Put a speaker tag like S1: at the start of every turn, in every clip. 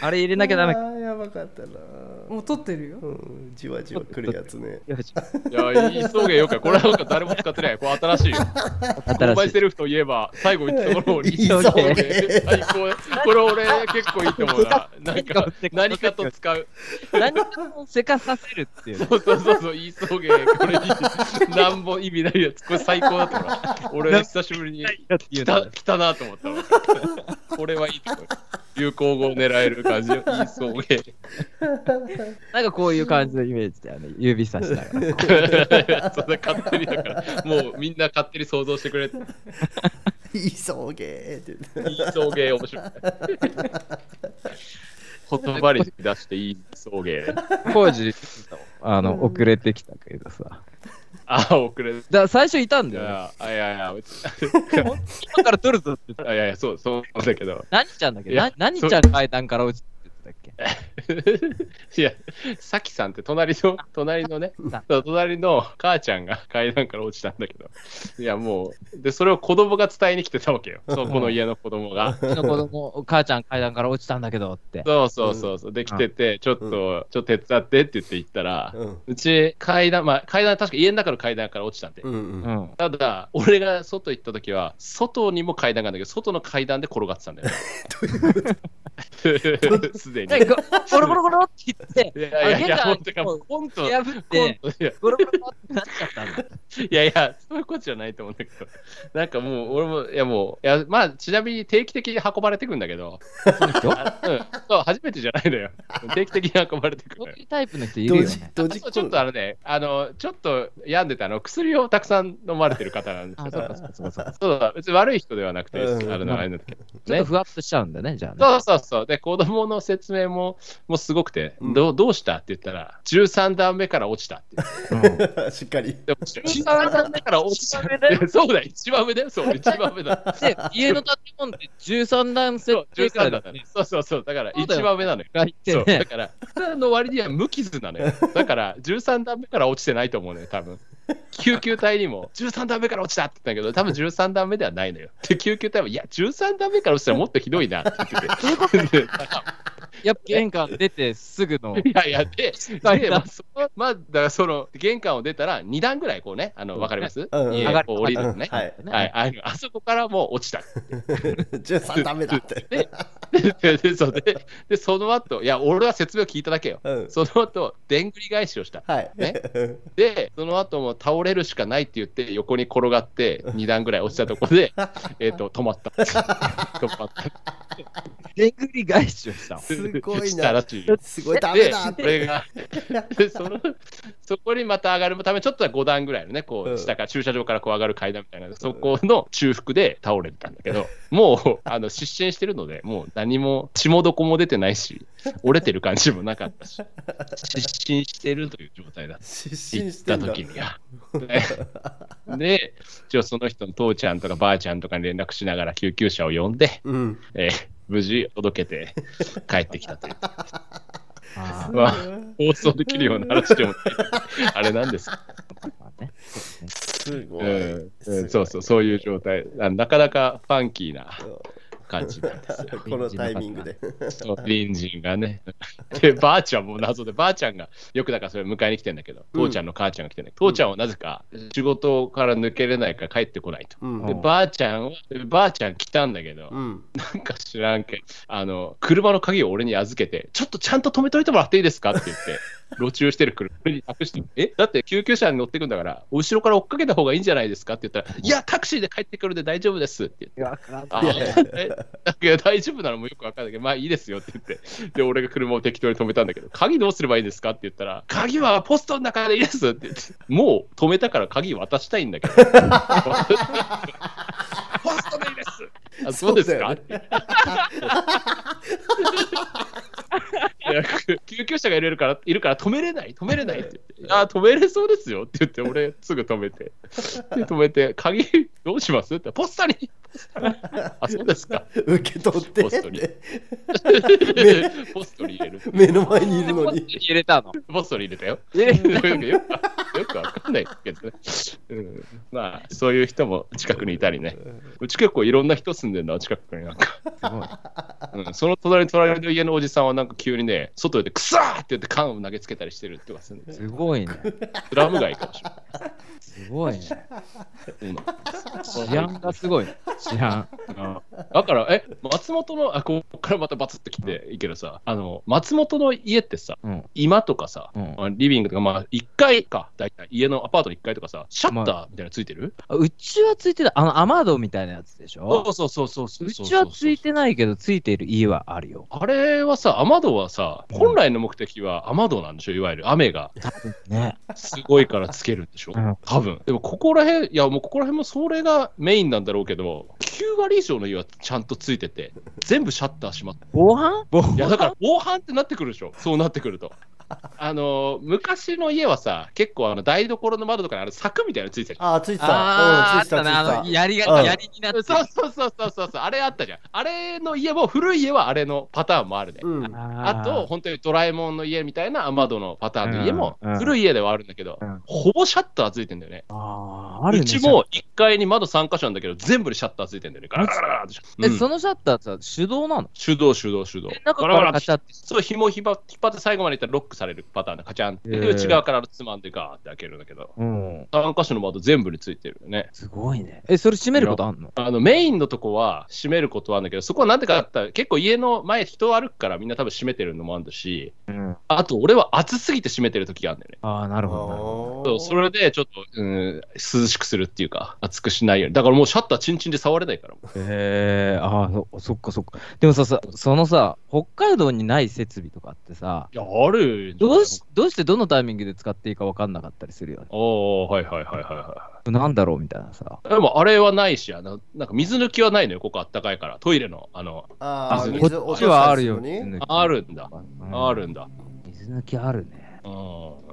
S1: あれ入れなきゃダメ
S2: あ
S1: か。
S2: ーやばかったな
S3: もう撮ってるよ
S2: うんじわじわ来るやつね
S1: よし
S4: いや、急げよか。これはなんか誰も使ってない。これ新しいよ。購
S1: 新
S4: 買
S1: しい
S4: セ。ルフといえば、最後言ったところを
S2: い
S4: 一
S2: い
S4: 緒
S2: ぞ
S4: に。最高。これ俺結構いいと思うな。なんか何かと使う。
S1: 何かをせかさせるっていうね。
S4: そうそうそうそう、急げ。これいい。なんぼ意味ないやつ。これ最高だったわ。俺久しぶりに来た来たなと思ったわ。これはいいと思う。流行語を狙える感じよ。急げ。
S1: なんかこういう感じのイメージだよね。指さしながら。
S4: そ れ勝手にだから、もうみんな勝手に想像してくれて。
S2: 急げーって言って
S4: 送迎面白 い。言葉に出していい送迎。
S1: 工事、あの、遅れてきたけどさ。
S4: ああ、遅れ
S1: だ最初いたん
S4: い
S1: だよね。
S4: やいやいや、別
S1: 今から撮るぞって言った
S4: いやいや、そう、そうだけど。
S1: 何ちゃんだっけ
S4: いや
S1: な何ちゃん階段から落ちてたっけ
S4: いや、さきさんって隣の、隣のね、そう隣の母ちゃんが階段から落ちたんだけど。いや、もう、で、それを子供が伝えに来てたわけよ。そう、この家の子供が。
S1: うちの子 供、母ちゃん階段から落ちたんだけどって。
S4: そうそうそうそう、できてて、ちょっと、ちょっと手伝ってって言って行ったら、
S2: うん
S4: うち階段、まあ階段、確か家の中の階段から落ちたんで。
S2: うん
S1: う
S2: うん
S1: ん。
S4: ただ、俺が外行った時は、外にも階段があるんだけど、外の階段で転がってたんだよ。 すでに。
S1: で、ゴゴロゴロゴロって言って、
S4: いやいやいや、
S1: あ
S4: 本
S1: 玄
S4: 当
S1: 関
S4: か、
S1: を
S4: ポンと、
S1: 破っ
S4: ポン
S1: て、
S4: と、いや
S1: ゴロゴロゴロってなっちゃったんだ。
S4: いやいや、そういうことじゃないと思うんだけど、なんかもう、俺も、いやもう、いやまあ、ちなみに定期的に運ばれてくんだけど、
S1: その人
S4: あうん、そう、初めてじゃないのよ。定期的に運ばれてくる
S1: そ
S4: の
S1: う
S4: よ
S1: いうタイプの人いる
S2: ド
S1: よ
S2: ジ
S1: ね。
S2: ド
S4: あ
S2: ジ
S4: そうちょっとあのね、あの、ちょっと病んでたあの、薬をたくさん飲まれてる方なんです
S1: あ、
S4: け
S1: そ
S4: ど
S1: う、かそうかそうかそうか。
S4: そうだ、別に悪い人ではなくて、
S2: うん
S4: あれのあれなんだけど。
S1: ちょっとふわっとしちゃうんだね、じゃあね。
S4: そうそうそう。で、子供の説明も、もうすごくて、
S2: うん
S4: どうどうしたって言ったら、13段目から落ちたって言って。
S2: しっかり
S4: でも13段目から落ちた。そうだよ、一番上だよ、そう、一番上だ。
S1: で、家の建物って13段セ
S4: そ
S1: ッ
S4: う、
S1: トぐら
S4: 13
S1: いだよ
S4: 段だ
S1: ね
S4: ね。そうそうそう、だから
S1: そう
S4: 一
S1: だよ
S4: 番上なのよ。
S1: 入って
S4: そ
S1: ね
S4: う、だから、普の割には無傷なのよ。だから、13段目から落ちてないと思うのよ、多分。救急隊にも、13段目から落ちたって言ったけど、多分13段目ではないのよ。で、救急隊も、いや、13段目から落ちたらもっとひどいなって言ってて。で
S1: やっぱ玄関出てすぐ の。
S4: いやいや、 で、
S1: 段
S4: でまあ、そまあ、だからその、玄関を出たら、2段ぐらいこうね、あの、わかります
S2: うんうん
S4: 家
S1: 上がる
S4: こう降りるのね。
S2: うんはい
S4: はい、あのあそこからもう落ちた。
S2: 13ダメだって
S4: で、ででそうででその後、いや、俺は説明を聞いただけよ。
S2: うん
S4: その後、でんぐり返しをした。
S2: はい
S4: ねで、その後も倒れるしかないって言って、横に転がって、2段ぐらい落ちたとこ ろで、えっと、止まった。止まった。
S1: でんぐり返しをしたの。
S2: すごい
S4: したら
S2: な
S4: しい。
S2: すごいダメ
S4: で、
S2: だっ
S4: そ
S2: て
S4: れが、でそのそこにまた上がるため、ちょっとは5段ぐらいのね、こ
S2: うん
S4: う、下から、駐車場からこう上がる階段みたいな、そこの中腹で倒れてたんだけど、もう、あの、失神してるので、もう何も、血もどこも出てないし、折れてる感じもなかったし、失神してるという状態だった。
S2: 失神
S4: 行っ
S2: して
S4: た
S2: んだ
S4: 時には。で、一応その人の父ちゃんとかばあちゃんとかに連絡しながら救急車を呼んで、
S2: うん
S4: えー無事届けて帰ってきたという。
S1: あ
S4: まあ、放送できるような話でもない。あれなんですか、
S1: あね。
S2: すご
S4: う
S2: い
S4: ん
S2: す
S4: う
S2: ご
S4: ん
S2: い
S4: そうそう、そういう状態。あなかなかファンキーな感じなんです よ。
S2: このタイミングで
S4: そう隣人がね。 で、ばあちゃんも謎で、ばあちゃんがよくだからそれ迎えに来てんだけど、
S2: うん
S4: 父ちゃんの母ちゃんが来てんだけど、父ちゃんはなぜか仕事から抜けれないから帰ってこないと。
S2: うん
S1: う
S4: で、
S1: ん
S4: ばあちゃんは、ばあちゃん来たんだけど、
S2: うん
S4: なんか知らんけどあの、車の鍵を俺に預けて、ちょっとちゃんと止めといてもらっていいですかって言って、路中してる車に託して、えだって救急車に乗ってくんだから、後ろから追っかけた方がいいんじゃないですかって言ったら、いや、タクシーで帰ってくるんで大丈夫ですって言って。あ
S2: いや
S4: え いや大丈夫なのもよくわかんないけど、まあいいですよって言って、で、俺が車を適当に止めたんだけど、鍵どうすればいいですかって言ったら、鍵はポストの中でいいですって言って、もう止めたから鍵渡したいんだけど、ポストでいいですあそうです
S2: そ
S4: か、
S2: うだよ
S4: いやく、救急車がいるから、いるから止めれない、止めれないって言って、ああ、止めれそうですよって言って、俺、すぐ止めて、で止めて、鍵どうしますって、ポスタに、ポスタにあ、そうですか、
S2: 受け取って
S4: ポストに
S2: って
S4: ポストに入れる。
S2: 目の前にいるのに
S1: 入れたの。
S4: ポストに入れたよ。
S1: 入れ
S4: よくよくよくわかんないけどね、うん。まあ、そういう人も近くにいたりね。うち結構いろんな人住んでるな、近くになんか。
S1: すごい。
S4: うん、その隣に隣の家のおじさんはなんか急にね、外でくさーって言って缶を投げつけたりしてるってするんですよ。
S1: すごいね。
S4: スラム街かもしれない。
S1: すごいね。
S4: うん
S1: 治安がすごいね。治安。
S4: だから、え、松本の、あ、ここからまたバツッと来ていいけどさ、あの、松本の家ってさ、
S1: うん。
S4: 今とかさ、
S1: うん
S4: まあリビングとか、まあ、1階か、大体、家のアパートの1階とかさ、シャッターみたいなのついてる、
S1: あうちはついてた。あの、雨戸みたいなやつでしょ
S4: そうそうそうそう。
S1: うちはついてないけど、ついてる家はあるよ。
S4: あれはさ、雨戸はさ、
S1: うん
S4: 本来の目的は雨戸なんでしょ、いわゆる雨が
S1: ね。
S4: すごいからつけるんでしょ
S1: うん、
S4: 多分でもここら辺、いやもうここら辺もそれがメインなんだろうけど、9割以上の家はちゃんとついてて、全部シャッター閉 まって、
S1: 防犯防
S4: いやだから防犯ってなってくるでしょ、そうなってくると。あのー昔の家はさ、結構あの台所の窓とかにある柵みたいなのついてたじゃん
S2: あーついてた
S1: あ
S2: うん
S1: あ、あっ
S2: ついて
S1: た
S2: たついて
S1: な、あの、
S2: た
S1: 槍
S2: う
S1: が、
S2: ん
S1: 槍になってる。
S4: そうそうそうそうそうそう、あれあったじゃん。あれの家も、古い家はあれのパターンもあるね。
S2: うん
S1: あ
S4: あと、、本当にドラえもんの家みたいな雨戸のパターンの家も
S1: うんうん、
S4: 古い家ではあるんだけど
S1: うん、
S4: ほぼシャッターついてんだよね。
S1: あーあるね
S4: うちも1階に窓3箇所なんだけど、全部にシャッターついてんだよね。ガラガラガラって。
S1: え、
S4: うん
S1: そのシャッターさ、手動なの
S4: 手動、手動、手動
S1: え。中
S4: ガ
S1: か
S4: ラガ
S1: ら
S4: ラ
S1: ガ
S4: ガラって
S1: チャって。
S4: そう、紐を引っ張っ引っ張って最後までいったらロックされるパターンで、カチャンって。で
S1: へー
S4: 内側からつまんでガーって開けるんだけど、
S1: うん。
S4: 3箇所の窓全部についてるよね。
S1: すごいね。え、それ閉めることあんの
S4: あのメインのとこは閉めることはあるんだけど、そこはなんでかあったら、結構家の前、人歩くからみんな多分閉めてるのもあるし、
S1: うん。
S4: あと俺は暑すぎて閉めてる時があるんだよね。
S1: ああ、なるほどなるほ
S4: そうそれでちょっと、うん、涼しくするっていうか、暑くしないように。だからもうシャッターチンチンで触れないから。
S1: ど。へえ、ああ、そそっかそっか。でもさ、さそのさ、北海道にない設備とかってさ、
S4: いや、ある
S1: どうしどうしてどのタイミングで使っていいか分かんなかったりするよね。
S4: ああ、はいはいはいはいは
S1: なんだろうみたいなさ。
S4: い。でもあれはないし、あのなんか水抜きはないのよ、ここあったかいから。トイレの、あの、
S2: あー
S4: 水
S1: こ
S2: 水落
S1: っ
S2: と
S1: ち
S2: した
S1: はあ
S2: り
S1: る
S2: す
S1: よ。
S2: のに
S4: あるんだ。
S1: うん
S4: あ。るんだ。
S1: 水抜きあるね。
S4: うん。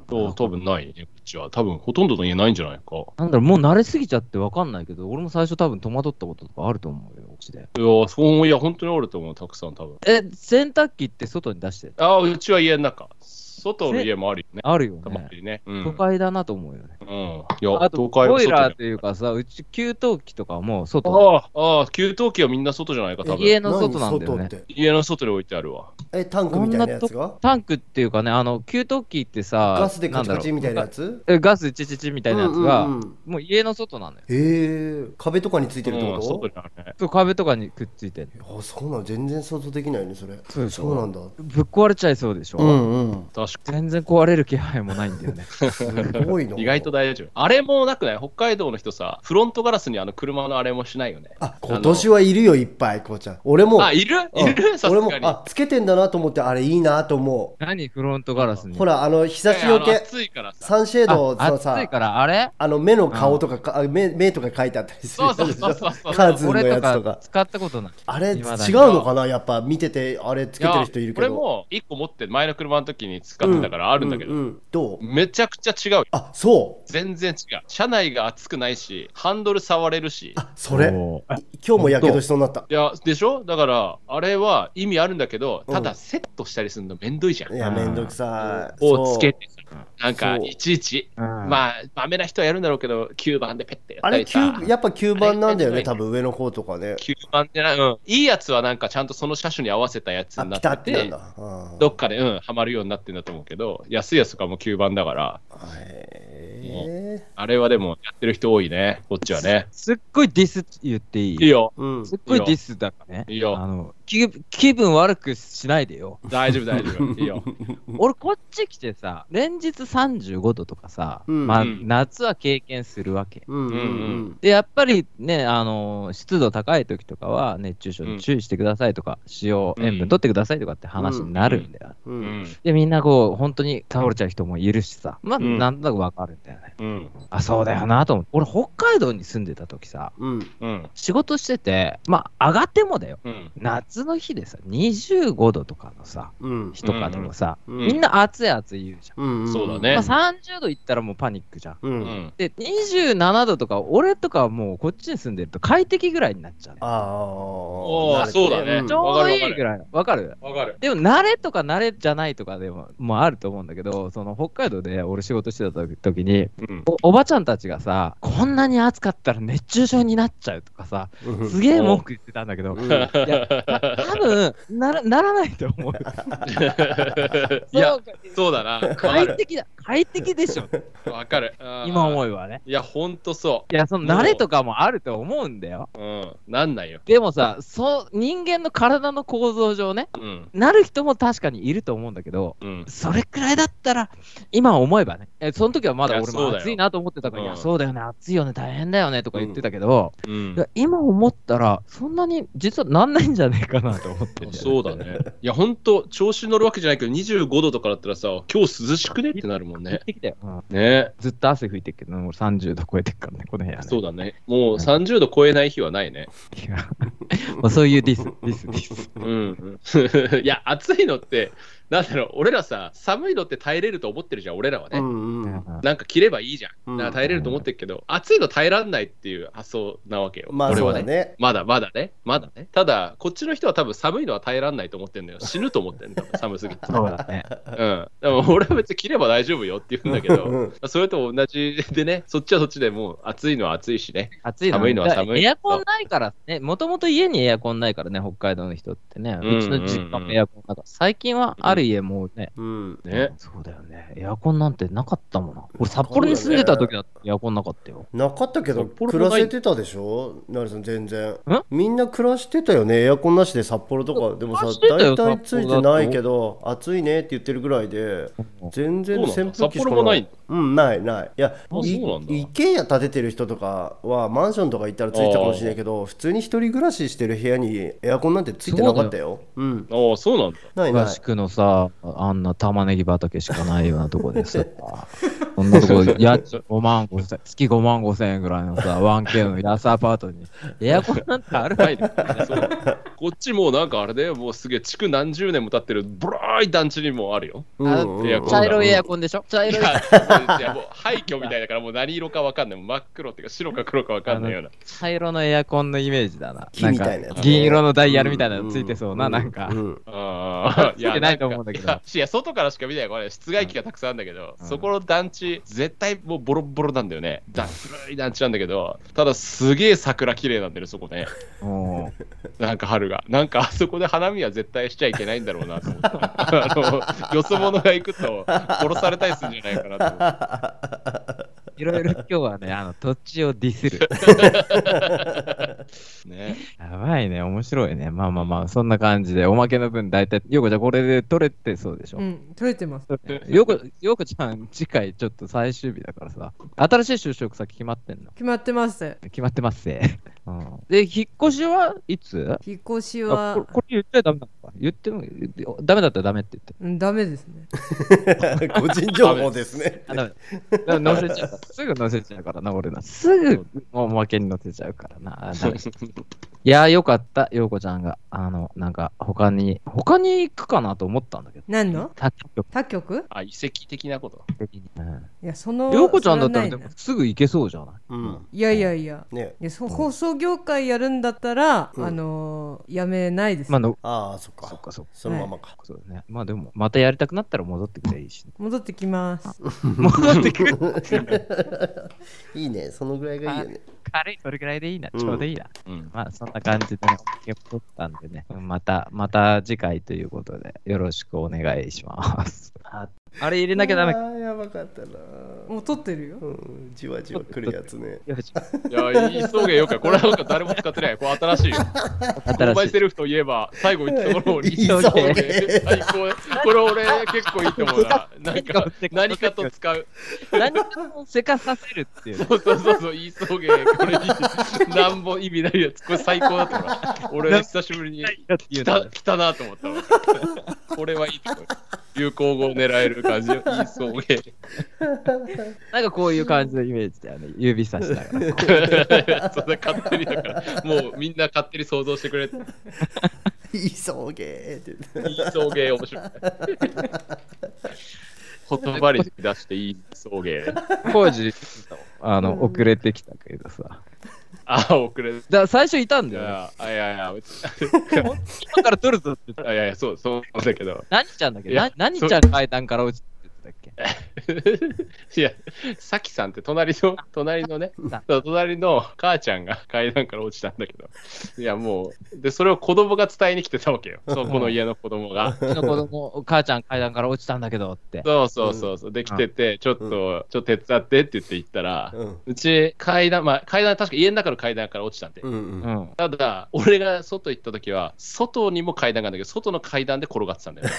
S4: そう、多分ないね、こっちは。多分ほとんどの家ないんじゃないか。
S1: なんだろう、もう慣れすぎちゃって分かんないけど、俺も最初多分戸惑ったこととかあると思うよ、うちで。
S4: いや、そういや、本当にあると思う、たくさん、多分
S1: え、洗濯機って外に出してる
S4: ああ、うちは家の中。外の家もあるよね。
S1: あるよ
S4: たま
S1: ね。
S4: にね。うん。う
S1: 都
S4: ん。
S1: 会だなと思うよね。
S4: いや、
S1: あと、ボイラーと
S4: う
S1: いうかさ、うち給湯器とかも外、
S4: ああ、ああ、給湯器はみんな外じゃないか、多分
S1: 家の外なんだよ
S2: 何
S1: ね
S2: 外。って
S4: 家の外に置いてあるわ。
S2: えタンクみたいなやつが
S1: タンクっていうかね、あの、給湯器ってさ、
S2: ガスでカチ
S1: ん
S2: カ
S1: だろ
S2: チ
S1: う
S2: みたいなやつ
S1: えガスチチチみたいなやつが、
S2: うんうんうん
S1: もう家の外なのよ。
S2: へえ壁とかについてるって
S4: う
S2: こ
S4: ん、
S2: と
S4: 外にあるね。
S1: そう壁とかにくっついてる。
S2: あそうなの全然想像できないねそれ
S1: そうでしょ
S2: そうなんだ
S1: ぶっ壊れちゃいそうでしょ、
S2: うんうん
S4: 確か
S1: 全然壊れる気配もないんだ よね。
S2: すごいな
S4: に。意外と大丈夫。あれもなくない北海道の人さ、フロントガラスにあの車のあれもしないよね。
S2: あ今年はいるよいっぱいこうちゃん俺も
S4: あ、いる
S2: うん
S4: い るさす
S2: 俺も
S4: がに。
S2: あつけてんだなと思ってあれいいなと思
S1: 何フロントガラス
S2: う
S1: に。
S2: ほらあの日差しよ
S4: いやあの
S2: け
S4: 暑いからさ。
S2: サンシェード
S1: あ
S2: をその
S1: 暑
S2: さ
S1: いから、あれ
S2: あの目の顔とかかあ目目とか書いてあったりするやつでしょ
S4: そうそうそうそう
S2: カーズンの
S1: 俺と
S2: やつと
S1: か
S2: か
S1: 使ったことない。
S2: あれ違う
S1: 未だに
S2: のかなやっぱ見ててあれつけてる人いるけ
S4: や俺
S2: ど
S4: も1個持って、前の車の時に使ってたからあるんだけど、
S2: ううどう
S4: めちゃくちゃ違うよ。
S2: あそう
S4: 全然違う。車内が暑くないし、ハンドル触れるし。
S2: あそれ
S1: おー
S2: 今日もやけどしそうになった
S4: いや、でしょだから、あれは意味あるんだけど、た
S2: う
S4: だ
S2: ん
S4: セットしたりするのめんどいじゃん。
S2: いやめんどくさい
S4: をつけ
S2: そう
S4: てさなんか、
S2: そう
S4: いちいち、
S1: うん
S4: まあ、ダメな人はやるんだろうけど、9番でペッてやっ
S2: あ
S4: た
S2: れ
S4: りさ。
S2: 9やっぱ吸盤なんだよ
S4: あ
S2: ね
S4: れ
S2: 多分上の方とかね
S4: 吸盤じゃない、うん、いいやつはなんかちゃんとその車種に合わせたやつ
S2: あ
S4: にな
S2: ピタっ
S4: っ
S2: ててなん
S4: て、
S2: だうん
S4: どっかで、うん、はまるようになってんだと思うけど、安いやつとかも吸盤だから、
S2: へ
S4: あれはでもやってる人多いね、こっちはね。
S1: すっごいディスって言っていい
S4: いいよ、
S2: ーうん
S1: すっごいディスだからね。
S4: いいよ
S1: あの気気分悪くしないでよ。
S4: 大丈夫、大丈夫、いいよ。
S1: 俺、こっち来てさ、連日35度とかさ、
S2: うん
S1: まあ、
S4: うん
S1: 夏は経験するわけ。
S2: うんうんうん
S1: で、やっぱりね、あの湿度高い時とかは、熱中症に注意してくださいとか、使用、
S4: うん
S1: 塩分取ってくださいとかって話になるんだよ。
S2: う。
S4: うんん。
S1: で、みんなこう、本当に倒れちゃう人もいるしさ、まあ、
S4: うん
S1: なんとなくわかるんだよね。
S4: うん。
S1: あ、そうだよなと思って。俺、北海道に住んでた時さ、
S2: うん。
S4: うん。
S1: 仕事してて、まあ、上がってもだよ。
S4: うん。
S1: 夏の日でさ、25度とかのさ、
S2: うん。
S1: 日とかでもさ、
S2: うん
S1: みんな暑い暑い言うじゃん。
S2: うん。
S4: そうだね
S1: まあ、30度いったらもうパニックじゃん。
S2: う。
S4: うんん。
S1: で、27度とか、俺とかはもうこっちに住んでると快適ぐらいになっちゃう、ね。
S2: ああ。
S4: あーそうだね
S2: ん
S1: ちょうどい
S4: わかる
S1: い
S4: わかる
S1: ぐらい。わかる
S4: わかる。
S1: でも、慣れとか慣れじゃないとかでも、もうあると思うんだけど、その北海道で俺仕事してた時に、
S4: うん。
S1: おおばちゃんたちがさ、こんなに暑かったら熱中症になっちゃうとかさ、
S2: うん
S1: すげえ文句言ってたんだけど、
S2: うん
S1: いや、ま多分ならならないと思う。
S4: いや、
S1: そうか
S4: そうだな。わか
S1: 快
S4: る。
S1: 適だ、快適でしょ、
S4: わかる。あー
S1: 今思えばね。
S4: いや、ほんとそ
S1: いや、その慣れとかもあると思うんだよ。
S4: う。うん。なんないよ。
S1: でもさ、そう、人間の体の構造上ね、
S4: うん。
S1: なる人も確かにいると思うんだけど、
S4: うん。
S1: それくらいだったら、今思えばね、えその時はまだ俺
S4: いやそ
S1: も
S4: うだよ
S1: 暑いなと思ってたから、い
S4: うん
S1: や、そうだよね、暑いよね、大変だよねとか言ってたけど、
S4: うん
S1: いや今思ったら、そんなに実はなんないんじゃねえかなと思ってんだよね、
S4: そうだね。いや、ほんと、調子乗るわけじゃないけど、25度とかだったらさ、今日涼しくねってなるもん
S1: 行
S4: ね
S1: っ。てきたよ。うん
S4: ね。
S1: ずっと汗拭いてるけど、もう30度超えてるからね、この部屋、ね。
S4: そうだね。もう30度超えない日はないね。
S1: いや まあそういうディス、ディス、ディス。
S4: うん。 いや、暑いのって、なんだろう、俺らさ、寒いのって耐えれると思ってるじゃん、俺らはね。
S2: うんうん。
S4: なんか着ればいいじゃ
S2: うん
S4: ん。なんか耐えれると思ってるけど、暑いの耐えらんないっていう発想なわけよ。
S2: まあ
S4: 俺
S2: そう
S4: は
S2: だ
S4: ね。
S2: ね。
S4: まだまだね、まだね。ただ、こっちの人は多分寒いのは耐えらんないと思ってるのよ。死ぬと思ってるの、多分寒すぎて。
S1: そうだね。
S4: うん。でも俺は別に着れば大丈夫よって言うんだけ
S2: う
S4: ど、
S2: ん
S4: それと同じでね、そっちはそっちでもう暑いのは暑いしね。
S1: 暑いの
S4: 寒いのは寒
S1: だ
S4: い
S1: からエアコンないからね、もともと家にエアコンないからね、北海道の人ってね。
S4: うんうんうん
S1: うちの実家もエアコンだから、最近はある家もね、
S2: うん。
S4: ね。
S1: そうだよね。エアコンなんてなかったもんな。俺、札幌に住んでた時だってエアコンなかったよ。
S2: なかったけど
S4: 札幌
S2: 暮
S4: もない
S2: らせてたでしょなるさん全然みんな暮らしてたよねエアコンなしで札幌とかでも
S1: 暮
S2: さ
S1: らしてた
S2: 大
S1: よ
S2: 体ついてないけど暑いねって言ってるぐらいで全然
S4: そうなん
S2: 扇
S4: だ
S2: 風機しか
S4: 札幌もないんだ
S2: うんないないいや
S4: そうなんだ
S2: い一軒家建ててる人とかはマンションとか行ったらついてたかもしれないけど普通に一人暮らししてる部屋にエアコンなんてついてなかったようん
S4: ああ、そうなんだ。
S2: ないな
S1: 詳
S2: い
S1: しくのさ、あんな玉ねぎ畑しかないようなとこで さ、そんなとこ、家賃5万5千、月5万5千円ぐらいのさ、1K の安アパート に、エアコンなんてある
S4: ないね。そうこっちもうなんかあれだよ、もうすげえ、築何十年も経ってる、ブラーい団地にもあるよ。
S2: うん
S1: あ
S2: うん
S4: エアコン
S1: 茶色いエアコンでしょ茶
S4: い
S1: 色い。
S4: や、いやもう廃墟みたいだから、もう何色かわかんない。もう真っ黒っていうか、白か黒かわかんないような。
S1: 茶色のエアコンのイメージだな。
S2: 木みたいなやつ
S1: んか銀色のダイヤルみたいなのついてそうな、
S2: ん
S1: なんか
S2: う。ん
S4: ああ、
S1: ついてないと思うんだけど
S4: いやなんかいやいや、外からしか見ない、これ、室外機がたくさんあるんだけど、
S1: うん
S4: そこの団地、絶対もうボロボロなんだよね。だ古い団地なんだけど、ただすげえ桜綺麗なんだよね、そこね。
S1: も
S4: なんか春が。なんかあそこで花見は絶対しちゃいけないんだろうなと思って。あの、よそ者が行くと殺されたりするんじゃないかなと思って。
S1: ういろいろ今日はね、あの土地をディス る。
S4: ね。
S1: やばいね、面白いね。まあまあまあ、そんな感じで、おまけの分、大体、ようこちゃん、これで取れてそうでしょ。
S3: うん、取れてます。
S1: ようこ、ようこちゃん、次回ちょっと最終日だからさ、新しい就職先決まってんの
S3: 決まってます。
S1: 決まってますぜ。 うん、で、引っ越しはいつ
S3: 引っ越し
S1: あこれ
S3: は、
S1: これ言っちゃダメなのか言っても、ダメだったらダメって言って。
S3: うん、ダメですね。
S2: 個人情報ですね
S1: あ、ダメだ。乗せちゃう。 すぐ乗せちゃうからな、俺な。すぐ、おまけに乗せちゃうからな。あダメいやー、よかった、陽子ちゃんが。あの、なんか、他に、他に行くかなと思ったんだけど。
S3: 何の
S1: 他局
S3: 他局
S4: あ、遺跡的なこと。
S1: 的に。
S3: いや、その、
S1: 陽子ちゃんだったら、
S3: そ
S1: でも
S3: れはないな
S1: すぐ行けそうじゃない
S2: うん
S3: いやいやいや。
S2: ね
S3: いやそ放送業界やるんだったら、
S2: うん
S3: あのーやめないです、。
S1: まあ、の
S2: ああそっか
S1: そっかそっか。
S2: そのままか
S1: そうだね。まあでも、またやりたくなったら戻ってくれいいし、 ね
S3: 戻ってきます
S1: 戻ってくる。
S2: いい ね、そのぐらいがいいよね。
S1: 軽い、それぐらいでいいな。
S2: うん
S1: ちょうどいいな。
S4: うん。
S1: まあ、そんな感じでね、結構取ったんでね、また、また次回ということで、よろしくお願いします。ああれ入れなきゃダメ
S2: あ
S1: か。
S2: ーやばかったな。
S3: もう撮ってるよ
S2: うん、じわじわ来るやつね。
S1: よし
S4: いや、急げよか。これはなんか誰も使ってない。これ新しいよ。購
S1: 新
S4: 買
S1: しい
S4: セ。ルフといえば、最後言ったところを
S2: いいそうね。
S4: 最高。これ俺結構いいと思うな。なんか何かと使う。
S1: 何かをせかさせるっていうね。
S4: そうそうそうそう、言いそうげ。これいいなんぼ意味ないやつ。これ最高だったわ。俺久しぶりに
S1: っていう
S4: 来
S1: のが
S4: た来たなと思ったわ。これはいいと思う。流行語を狙える感じの言いそうげ。
S1: なんかこういう感じのイメージだよね。指さしながら。
S4: そんな勝手にだから、もうみんな勝手に想像してくれて、
S2: いそうげーって言って。
S4: 言いそうげ面白い。言葉に出して言いそうげ。
S1: 工事、あの、遅れてきたけどさ。
S4: ああ、遅れた。
S1: だ最初いたん
S4: い
S1: だよ、ね。
S4: やいやいや、別に
S1: 今から撮るぞって言った。
S4: あいやいや、そう、そうなんだけど。
S1: 何ちゃんだっけ
S4: いや
S1: な何ちゃん階段から落ちてたっけ
S4: いや、さきさんって隣の、隣のね、そう隣の母ちゃんが階段から落ちたんだけど、いや、もう、で、それを子供が伝えに来てたわけよ。そう、この家の子供が。
S1: うちの子供、母ちゃん階段から落ちたんだけどって。
S4: そうそうそうそう、できてて、ちょっと、ちょっと手伝ってって言って行ったら、
S2: うん
S4: うち階段、まあ階段、確か家の中の階段から落ちたんで。
S2: うん
S1: う
S2: うん。
S1: ん。
S4: ただ、俺が外行った時は、外にも階段があるんだけど、外の階段で転がってたんだよね。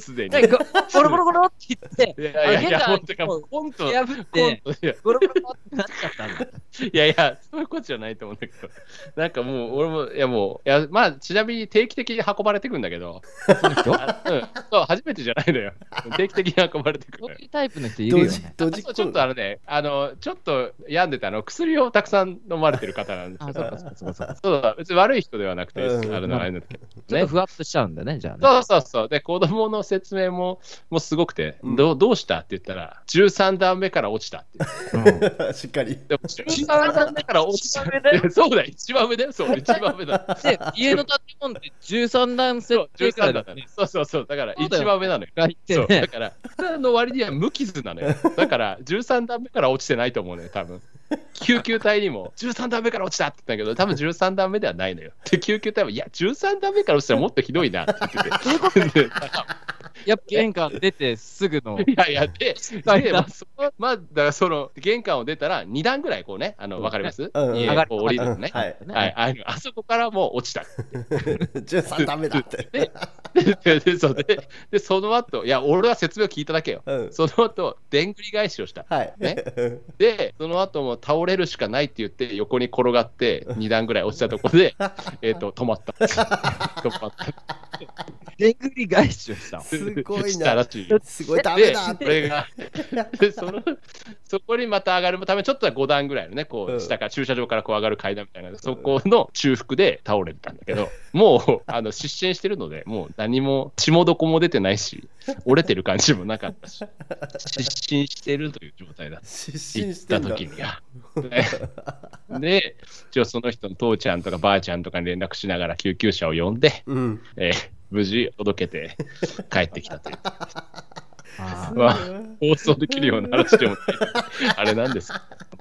S4: すでに。
S1: で、ゴゴロゴロゴロって言って、
S4: いやいやいや、
S1: あ
S4: ほ
S1: の
S4: んとか、もうコント、コン
S1: 破って、
S4: ト、いや
S1: ゴロゴロゴロってなっちゃったんだ。
S4: いやいや、そういうことじゃないと思うんだけど、なんかもう、俺も、いやもう、いや、まあ、ちなみに定期的に運ばれてくんだけど、
S1: そうでしょ
S4: あうん、そう、初めてじゃないのよ。定期的に運ばれてく
S1: そう
S4: る
S1: いうタイプの人いる
S2: ド
S1: よ
S2: ジ
S1: ね。
S2: ド
S4: の
S2: ジ
S4: よ。そうちょっとあのね、あの、ちょっと病んでたの、薬をたくさん飲まれてる方なんです
S1: あ、
S4: け
S1: そう
S4: ど、
S1: かそうかそうかそうか。
S4: そうだ、別に悪い人ではなくて、
S2: うん
S4: あれなあれなんだけど、
S1: ちょっとふわっとしちゃうんだね、じゃあね。
S4: そうそうそう。で、子供の説明も、もうすごくて、
S2: うん
S4: どうどうしたって言ったら、13段目から落ちたって言って。
S2: しっかり。
S4: でも13段目から落ちたって。そうだよ、一番上だよ、そう、一番上だ。
S1: で、家の建物って13段セ
S4: そう
S1: ッ、ト
S4: 13
S1: だ
S4: だ
S1: よね。
S4: そうそうそう、だから
S1: そうだよ
S4: 一番目なのよ。
S1: が言って
S4: そう
S1: ね
S4: だから、普通の割には無傷なのよ。だから、13段目から落ちてないと思うのよ、多分救急隊にも、13段目から落ちたって言ったけど、多分13段目ではないのよ。で、救急隊も、いや、13段目から落ちたらもっとひどいなって言ってて。
S1: やっぱ玄関出てすぐ の。
S4: いやいや、で、でまあ、そこまあ、だからその、玄関を出たら、2段ぐらいこうね、あの、わかります
S2: うんうん
S4: 家
S1: 上がる
S4: こう降りるのね。
S2: は
S4: はい
S2: い。
S4: はい、あのあそこからもう落ちた。
S2: 13ダメだって。
S4: ででそうでで、その後いや、俺は説明を聞いただけよ。
S2: うん
S4: その後でんぐり返しをした。
S2: はい。
S4: ね
S2: うん
S4: で、その後も倒れるしかないって言って、横に転がって、2段ぐらい落ちたところ で、えっと、止まった。止まった。
S1: でんぐり返しをしたの。
S2: すごいな
S4: したらしい。
S2: すごいダメ
S4: で
S2: だっ、
S4: そ
S2: て。
S4: れが、 でそのそこにまた上がるため、ちょっとは5段ぐらいのね、こ
S2: うん
S4: う、下から、駐車場からこう上がる階段みたいな、そこの中腹で倒れてたんだけど、 もう、あの、失神してるので、もう何も、血もどこも出てないし、折れてる感じもなかっ たし、失神してるという状態だった。
S2: 失神
S4: 行
S2: し
S4: ってた
S2: んだ
S4: 時には。ねで、一応その人の父ちゃんとかばあちゃんとかに連絡しながら救急車を呼んで、
S2: うん。
S4: えー無事届けて帰ってきたという。
S1: あ
S4: まあ、放送できるような話でもないあれなんですけ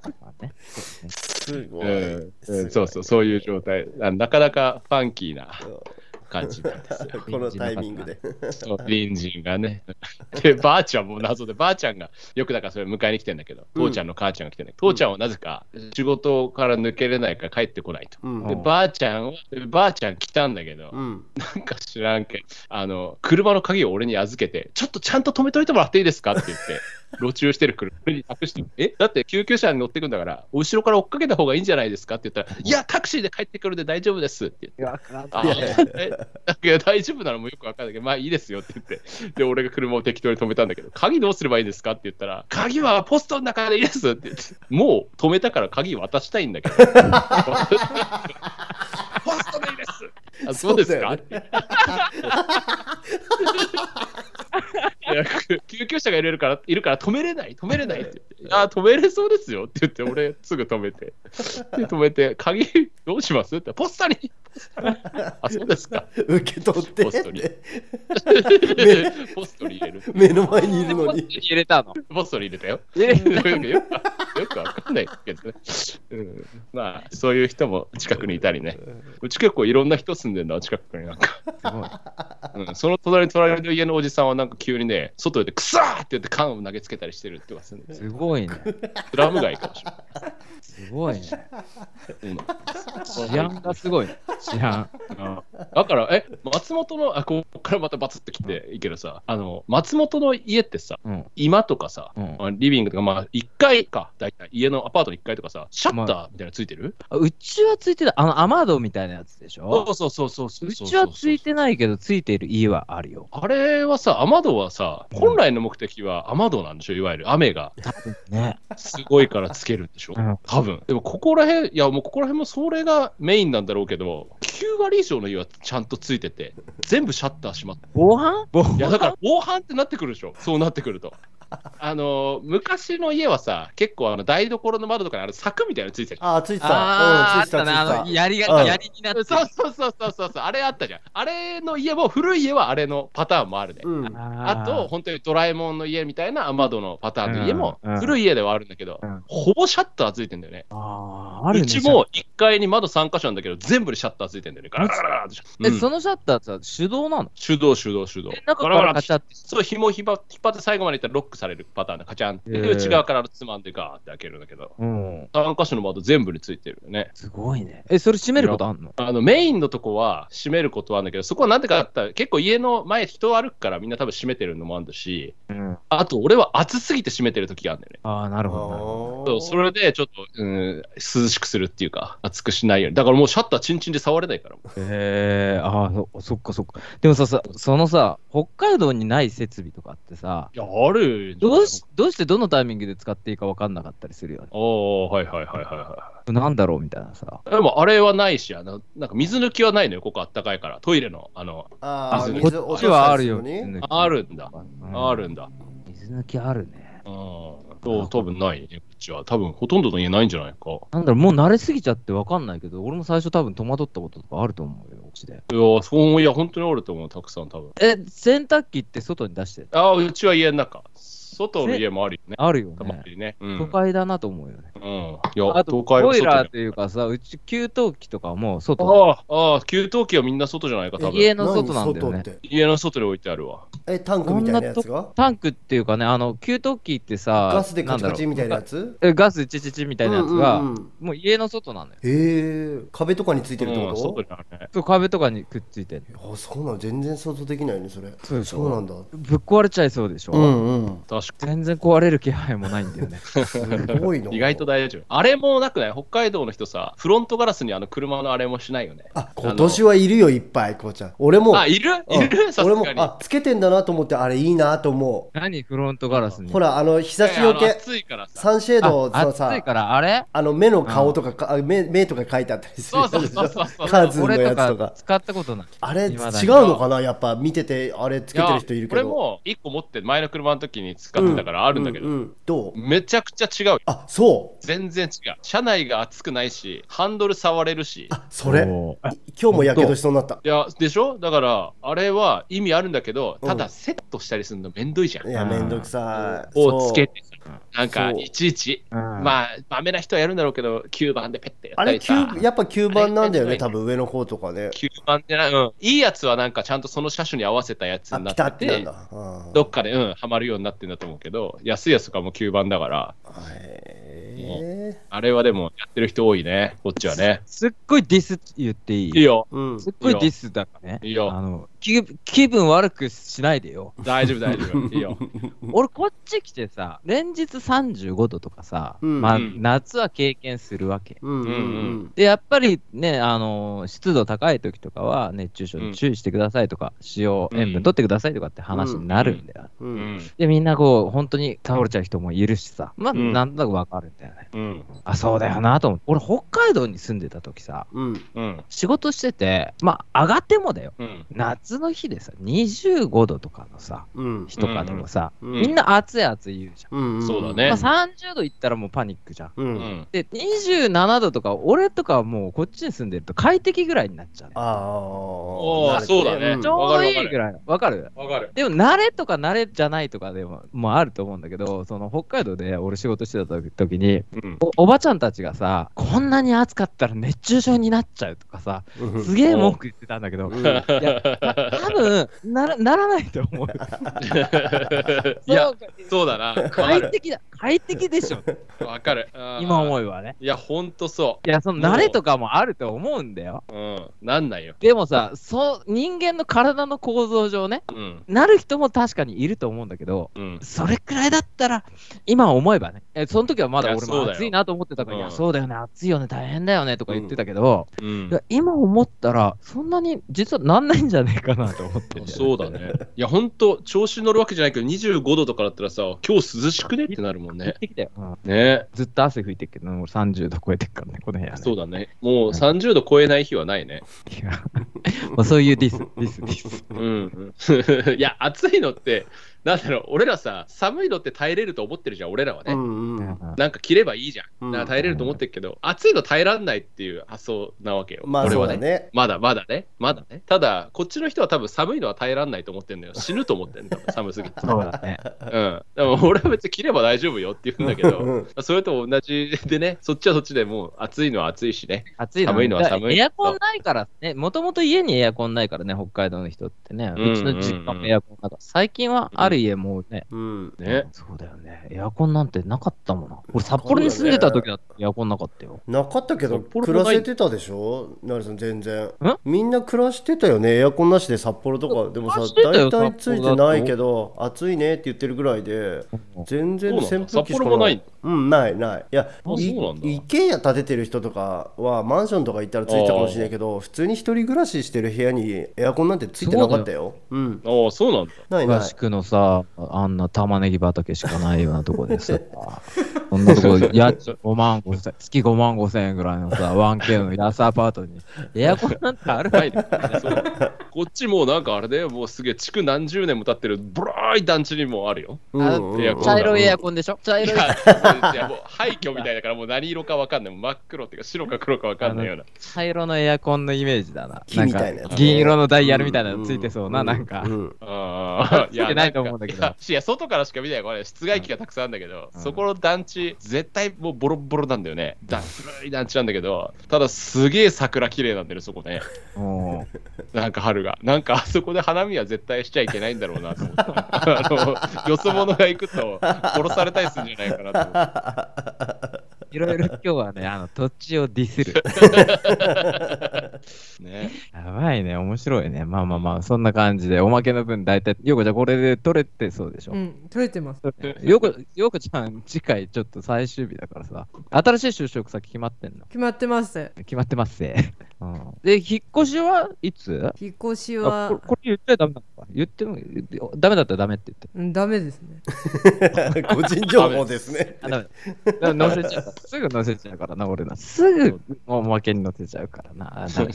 S1: ーまあねそうね
S2: すごい。
S4: どうんうん
S2: すごいう
S4: そそう、そういう状態。あなかなかファンキーな感じなん ですよ。
S2: このタイミングで。
S4: そう隣人がね。で、ばあちゃんも謎で、ばあちゃんが、よくだからそれ迎えに来てんだけど、
S2: うん
S4: 父ちゃんの母ちゃんが来てんだけど、父ちゃんはなぜか仕事から抜けれないから帰ってこないと。
S2: うん
S4: で、ばあちゃんは、ばあちゃん来たんだけど、
S2: うん。
S4: なんか知らんけどあの、車の鍵を俺に預けて、ちょっとちゃんと止めといてもらっていいですかって言 って、路中してる車に託して、えだって救急車に乗ってくんだから、後ろから追っかけた方がいいんじゃないですかって言ったら、いや、タクシーで帰ってくるんで大丈夫ですって言って。
S1: いやわかん
S4: あ
S1: ない
S4: え いや大丈夫なのもよくわかんないけど、まあいいですよって言って、で、俺が車を適当に止めたんだけど、鍵どうすればいいんですかって言ったら、鍵はポストの中でいいですって言って、もう止めたから鍵渡したいん だけど、ポストでいいですあそうですか、
S2: そう
S4: いや救急車がいるからいるから止めれない、止めれないって言って、あー止めれそうですよって言って、俺、すぐ止めて、で止めて、鍵どうしますって、ポストにポストにあ、そうですか。
S2: 受け取って
S4: ポストに ポストに入れる。
S2: 目の前にいるのに。
S1: 入れたの。
S4: ポストに入れたよ。
S1: 入れ
S4: よくよくよくわかんないけどね。うん、まあ、そういう人も近くにいたりね。うち結構いろんな人住んでるの、近くになん か。
S1: すごい。
S4: うん、その隣隣の家のおじさんはなんか急にね、外でくさーって言って缶を投げつけたりしてるとかするんですよ。
S1: すごいね。
S4: スラム街かもし
S1: すごいね。
S4: れない。
S1: 治安がすごいね。治安。
S4: うんだから、え、松本の、あ、ここからまたバツってきていいけどさ、あの、松本の家ってさ、
S1: うん。
S4: 今とかさ、
S1: うん
S4: まあリビングとか、まあ、1階か、大体、家のアパートの1階とかさ、シャッターみたいなのついてる、
S1: あうちはついてた。あの、雨戸みたいなやつでしょ
S4: そうそうそうそうそう。
S1: うちはついてないけど、ついてる家はあるよ。
S4: あれはさ、雨戸は
S1: う
S4: さ、
S1: ん
S4: 本来の目的は雨戸なんでしょ、いわゆる雨が
S1: ね。
S4: すごいからつけるんでしょ
S1: うん、
S4: 多分でもここら辺、いやもうここら辺もそれがメインなんだろうけど、9割以上の家はちゃんとついてて、全部シャッター閉まって、
S1: 防犯
S4: いやだから防犯ってなってくるでしょ、そうなってくると。あの昔の家はさ、結構あの台所の窓とかにあの柵みたいなのついてる。
S2: ああ、ついてた。
S1: あー
S2: うん、
S1: あ
S2: つい
S1: ってた
S2: た、ついて
S1: な、
S2: た
S1: あの、。やりが、
S2: うん
S1: やりになっ
S4: そう
S1: て
S4: そう
S1: た。
S4: そうそうそうそう、あれあったじゃん。あれの家も、古い家はあれのパターンもあるね。
S2: うん。
S4: あと、本当にドラえもんの家みたいな雨戸のパターンの家も
S1: うんうん、
S4: 古い家ではあるんだけど
S1: うん、
S4: ほぼシャッターついてんだよね。
S1: あーある
S4: う
S1: ね
S4: ちも1階に窓3箇所なんだけど、全部にシャッターついてんだよね。ガラガラガラって。
S1: え、
S4: うん
S1: そのシャッターさ、手動なの
S4: 手動、手動、手動
S1: え。中からカチャって。
S4: そう、紐を引っ張引っ張って最後までいったらロックされるパターンでカチャンって、
S1: へー
S4: 内側からつまんでガーって開けるんだけど、
S1: うん。
S4: 3箇所の窓全部についてるよね。
S1: すごいね。え、それ閉めることあんの
S4: あのメインのとこは閉めることはあるんだけど、そこはなんでかって言ったら、結構家の前、人歩くからみんな多分閉めてるのもあるし、
S1: うん。
S4: あと俺は暑すぎて閉めてる時があるんだよね。
S1: ああ、なるほどなるほ
S4: そうそれでちょっと、うん、涼しくするっていうか、暑くしないように。だからもうシャッターチンチンで触れないから。
S1: ど。へえ、ああ、そそっかそっか。でもさ、さそのさ、北海道にない設備とかってさ、
S4: いや、ある
S1: どうしどうしてどのタイミングで使っていいか分かんなかったりするよね。
S4: ああ、はいはいはいはいはい。
S1: なんだろうみたいなさ。
S4: でもあれはないし、あのなんか水抜きはないのよ、ここあったかいから、トイレの、あの、
S2: あ
S4: あ
S2: あ、
S4: 水
S2: 水
S1: こ
S2: 落
S1: っ
S2: と
S1: ち
S2: したり
S1: はあるよ。
S2: すのに
S1: 水抜き
S4: あるんだ、
S1: うん
S4: あるんだ。
S1: 水抜きあるね。
S4: うん、そう多分ないね、こっちは。多分ほとんどの家ないんじゃないか。
S1: なんだろう、もう慣れすぎちゃって分かんないけど、俺も最初多分戸惑ったこととかあると思うよ、うちで。
S4: いや、そういや、本当にあると思う、たくさん、多分
S1: え、洗濯機って外に出してる
S4: ああ、うちは家の中。外の家もあるよね。
S1: あるよ
S4: たま
S1: ね。
S4: にね。うん。う
S1: 都
S4: ん。
S1: 会だなと思うよね。
S4: いや、
S1: あと、
S4: 東海は
S1: ボイラー
S4: 外
S1: というかさ、うち給湯器とかも外。
S4: ああ、ああ、給湯器はみんな外じゃないか、多分
S1: 家
S4: 家
S1: の外なんだよ
S2: 何
S1: ね
S2: 外。って。
S4: の外に置いてあるわ。
S2: え、タンクみたいなやつが
S1: タンクっていうかね、あの、給湯器ってさ、
S2: ガスでカチカチみたいなや
S1: つ。
S2: つ
S1: えガスチチチみたいなやつが、
S2: うんうんうん
S1: もう家の外なのよ。
S2: へえ、壁とかについてるって
S4: うん
S2: こ
S4: 外
S2: と
S4: にあるね。
S1: そう壁とかにくっついてる。
S2: あ、そうなの全然想像できないね、それ。
S1: そうでしょ
S2: そうなんだ。
S1: ぶっ壊れちゃいそうでしょ、
S2: うんうん。
S4: 確か
S1: 全然壊れる気配もないんだよね。
S2: すごいな。
S4: に。意外と大丈夫。あれもなくない北海道の人さ、フロントガラスにあの車のあれもしないよね。
S2: あ、今年はいるよ、いっぱい、こうちゃん。俺も、
S4: あ、いるい
S2: うん
S4: るさす
S2: 俺も
S4: が、に。
S2: あ、つけてんだなと思って、あれいいなと思
S1: 何フロントガラス
S2: う。
S1: に。
S2: ほら、あの、日差しよ
S4: いやいやあの
S2: け、
S4: 暑いからさ。
S2: サンシェー
S1: あ、
S2: ドの
S1: 暑
S2: さ
S1: い、から、あれ
S2: あの、目の顔とかか、あ目、目とか書いてあったりする
S4: そう
S2: やつ
S4: そう
S2: でし
S4: そう
S2: ょ。
S4: そうそう。
S2: カーズの
S1: 俺
S2: やつ
S1: と
S2: と
S1: か
S2: か。
S1: 使ったことない。
S2: あれ、違う
S1: 未だに
S2: のかなやっぱ見てて、あれつけてる人いるけど。
S4: いや俺も1個持って前の車の時に使ってたからあるんだけど、
S2: ううどう
S4: めちゃくちゃ違うよ
S2: あ、そう。
S4: 全然違う車内が熱くないしハンドル触れるし
S2: あ、それ。
S1: おー
S2: 今日もやけどしそうになった。
S4: いやでしょだからあれは意味あるんだけど
S2: うん
S4: ただセットしたりするのめんどいじゃん、
S2: いや、めんどくさい。
S4: をつけ
S2: そう
S4: てさなんか
S2: そう
S4: いちいち
S1: うん
S4: まあダメな人はやるんだろうけど9番でペッてや
S2: あ
S4: った
S2: れ、
S4: りさ
S2: 9やっぱ9番なんだよ
S4: あ
S2: ね、
S4: れ
S2: 多分上の方とかね。
S4: 9番でな、うん、いいやつはなんかちゃんとその車種に合わせたやつ
S2: あ、
S4: にな
S2: ピタっ
S4: ってて
S2: なん
S4: て
S2: だ。うん
S4: どっかでうんはまるようになってんだと思うけど安いやつとかも9番だから
S2: へ
S4: あれはでもやってる人多いねこっちはね
S1: すっごいディス言っていい
S4: いいよ
S2: ーうん。
S1: すっごいディスだからね。
S4: いいよ
S1: あの気気分悪くしないでよ。
S4: 大丈夫、大丈夫。い いよ。
S1: 俺こっち来てさ、連日35度とかさ、
S2: うん
S1: まあ、
S4: うん
S1: 夏は経験するわけ。
S2: うんうんう。
S4: うん
S1: で、やっぱりね、あの湿度高い時とかは熱中症に注意してくださいとか、使用、
S4: うん
S1: 塩分取ってくださいとかって話になるんだよ。
S2: う。
S4: うんん。
S1: で、みんなこう、本当に倒れちゃう人もいるしさ、まあ、
S4: うん
S1: なんとなくわかるんだよね。
S4: うん。
S1: あ、そうだよなと思って。俺、北海道に住んでた時さ、
S2: うん。
S4: うん。
S1: 仕事してて、まあ、上がってもだよ。
S4: うん。
S1: 夏の日でさ、25度とかのさ、
S2: うん。
S1: 日とかでもさ、
S2: うん
S1: みんな暑い暑い言うじゃん。
S2: うん
S4: そうだね
S1: まあ、30度いったらもうパニックじゃん。
S2: う。
S4: うんん。
S1: で、27度とか、俺とかはもうこっちに住んでると快適ぐらいになっちゃうね、
S2: あ
S4: お
S2: あー。
S4: ーそうだね
S1: ち
S2: ん
S1: ょうどいい
S4: わかるわかる
S1: ぐらいの。わかる
S4: わかる。
S1: でも、慣れとか慣れじゃないとかでももうあると思うんだけど、その北海道で俺仕事してた時時に
S4: うん。
S1: お、おばちゃんたちがさ、こんなに暑かったら熱中症になっちゃうとかさ、すげえ文句言ってたんだけど、
S2: うん
S1: いや、た多分ならならないと思う。
S4: いや
S1: そ、う
S4: そうだな。わか
S1: 快
S4: る。
S1: 適だ快適でしょ、
S4: わかる。あー
S1: 今思えばね。
S4: いや、ほんとそ
S1: いや、その慣れとかもあると思うんだよ。
S4: う。うん。なんないよ。
S1: でもさ、そう、人間の体の構造上ね、
S4: うん。
S1: なる人も確かにいると思うんだけど、
S4: うん。
S1: それくらいだったら、今思えばね、えその時はまだ
S4: いや
S1: 俺
S4: そう
S1: も
S4: だよ
S1: 暑いなと思ってたから、いや、
S4: うん
S1: そうだよね、暑いよね、大変だよねとか言ってたけど、
S4: うん
S1: いや今思ったら、そんなに実はなんないんじゃねえかなと思ってんだよね、
S4: そうだね。いや、ほんと、調子乗るわけじゃないけど、25度とかだったらさ、今日涼しくねってなるも
S1: 快
S4: んね。
S1: 適だよ。うん
S4: ね。
S1: ずっと汗拭いてるけど、もう30度超えてるからね、この部屋ね。
S4: そうだね。もう30度超えない日はないね。
S1: いやまあそういうディス、ディス、ディス。
S4: うんうん いや、暑いのって、なんだろう、俺らさ、寒いのって耐えれると思ってるじゃん、俺らはね。
S2: うんうん。
S4: なんか着ればいいじゃ
S2: うん
S4: ん。なんか耐えれると思ってるけど、暑いの耐えらんないっていう発想なわけよ。
S2: まあ
S4: 俺
S2: そう
S4: は
S2: だ
S4: ね。
S2: ね。
S4: まだまだね、まだね。ただ、こっちの人は多分寒いのは耐えらんないと思ってんのよ。死ぬと思ってんの、多分寒すぎて。
S1: そうだね。
S4: うん。でも俺は別に着れば大丈夫よって言うんだけ
S2: う
S4: ど、
S2: ん
S4: それと同じでね、そっちはそっちでもう暑いのは暑いしね。
S1: 暑いの
S4: 寒いのは寒い
S1: エアコンないからね、もともと家にエアコンないからね、北海道の人ってね、
S4: うん
S1: うちの実家もエアコンだから、最近はある家もね、
S2: うん。
S4: ね。
S1: そうだよね、エアコンなんてなかったもんな。俺、札幌に住んでた時だってエアコンなかったよ。
S2: なかったけど
S4: 札幌も
S2: 暮らせてたでしょなるさん全然
S1: ん
S2: みんな暮らしてたよねエアコンなしで札幌とかでもさ
S1: 暮らしてた
S2: 大
S1: よ
S2: 体ついてないけど暑いねって言ってるぐらいで全然
S4: そうなん
S2: 扇
S4: だ
S2: 風機しか
S4: 札幌もない
S2: うんないないいや
S4: そうなんだ
S2: い一軒家建ててる人とかはマンションとか行ったらついてたかもしれないけど普通に一人暮らししてる部屋にエアコンなんてついてなかったようん
S4: ああ、そうなんだ。
S2: ないない
S1: 東区のさ、あんな玉ねぎ畑しかないようなとこで さ、そんなとこ、家賃5万5千、月5万5千円ぐらいのさ、1K の安アパートに、エアコンなんてあるわ
S4: ないねそうこっちもうなんかあれだよ、もうすげえ、築何十年も経ってる、ブラーい団地にもあるよ。
S2: うんうん
S4: エア
S2: う
S4: コ
S2: ん
S4: ン
S1: 茶色いエアコンでしょ茶
S4: い
S1: 色い
S4: や、そうですいやもう廃墟みたいだから、もう何色かわかんない。もう真っ黒っていうか、白か黒かわかんないような。
S1: 茶色のエアコンのイメージだな。
S2: 木みたいなやつ
S1: んか銀色のダイヤルみたいなのついてそうな、
S2: ん
S1: なんか
S2: う。ん
S4: ああ、
S1: ついてないと思うんだけど
S4: いや、いや外からしか見ない、これ、室外機がたくさんあるんだけど、
S1: うん
S4: そこの団地、絶対もうボロボロなんだよね。だ古い団地なんだけど、ただすげえ桜綺麗なんだよね、そこね。
S1: も
S4: なんか春が。なんかあそこで花見は絶対しちゃいけないんだろうなと思って。あの、よそ者が行くと殺されたりするんじゃないかなと思って。
S1: ういろいろ今日はね、あの土地をディスる。
S4: ね、
S1: やばいね、面白いね。まあまあまあ、そんな感じで、おまけの分大体、ようこちゃんこれで取れてそうでしょ
S3: う。ん、取れてます。
S1: ようこ、ようこちゃん、次回ちょっと最終日だからさ、新しい就職先決まってんの
S3: 決まってます。
S1: 決まってますぜ。 うんで、引っ越しはいつ
S3: 引っ越し
S1: あ
S3: は
S1: これ、これ言っちゃダメなのか言っても、言ってダメだったらダメって言って。
S3: うん、ダメですね。
S2: 個人情報ですね
S1: あ、ダメ。 だから載せちゃう。すぐ載せちゃうからな、俺ら。すぐおまけに載せちゃうから な。ダメ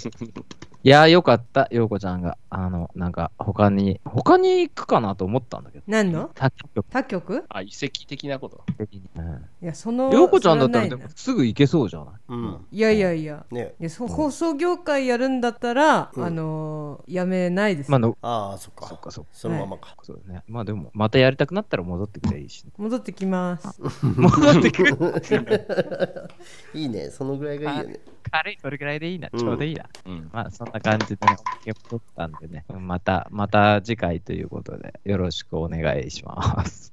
S1: いやー、よかった、ようこちゃんが。あの、なんか、他に、他に行くかなと思ったんだけど。
S3: 何の
S1: 他局
S3: 他局
S4: あ、遺跡的なこと。
S1: 的に。
S3: いや、その。
S1: ようこちゃんだったら
S3: そ
S1: で
S3: れはな
S1: も
S3: いな
S1: すぐ行けそうじゃない
S2: うん
S3: いやいやいや。
S2: ね
S3: いやそ放送業界やるんだったら、
S2: うん
S3: あのー、やめないです、
S1: まあの、
S2: ああそっ
S1: そ
S2: か
S1: っかそっか。
S2: そのままか
S1: そうだね。まあでも、またやりたくなったら戻ってくればいいし、
S3: 戻ってきます
S1: 戻ってくる。
S2: いいねそのぐらいがいいよね
S1: 軽い、それぐらいでいいな。
S2: うん
S1: ちょうどいいな。
S4: うん。
S1: まあそんな感じでね、ゲップ取ったんでね、また、また次回ということで、よろしくお願いします。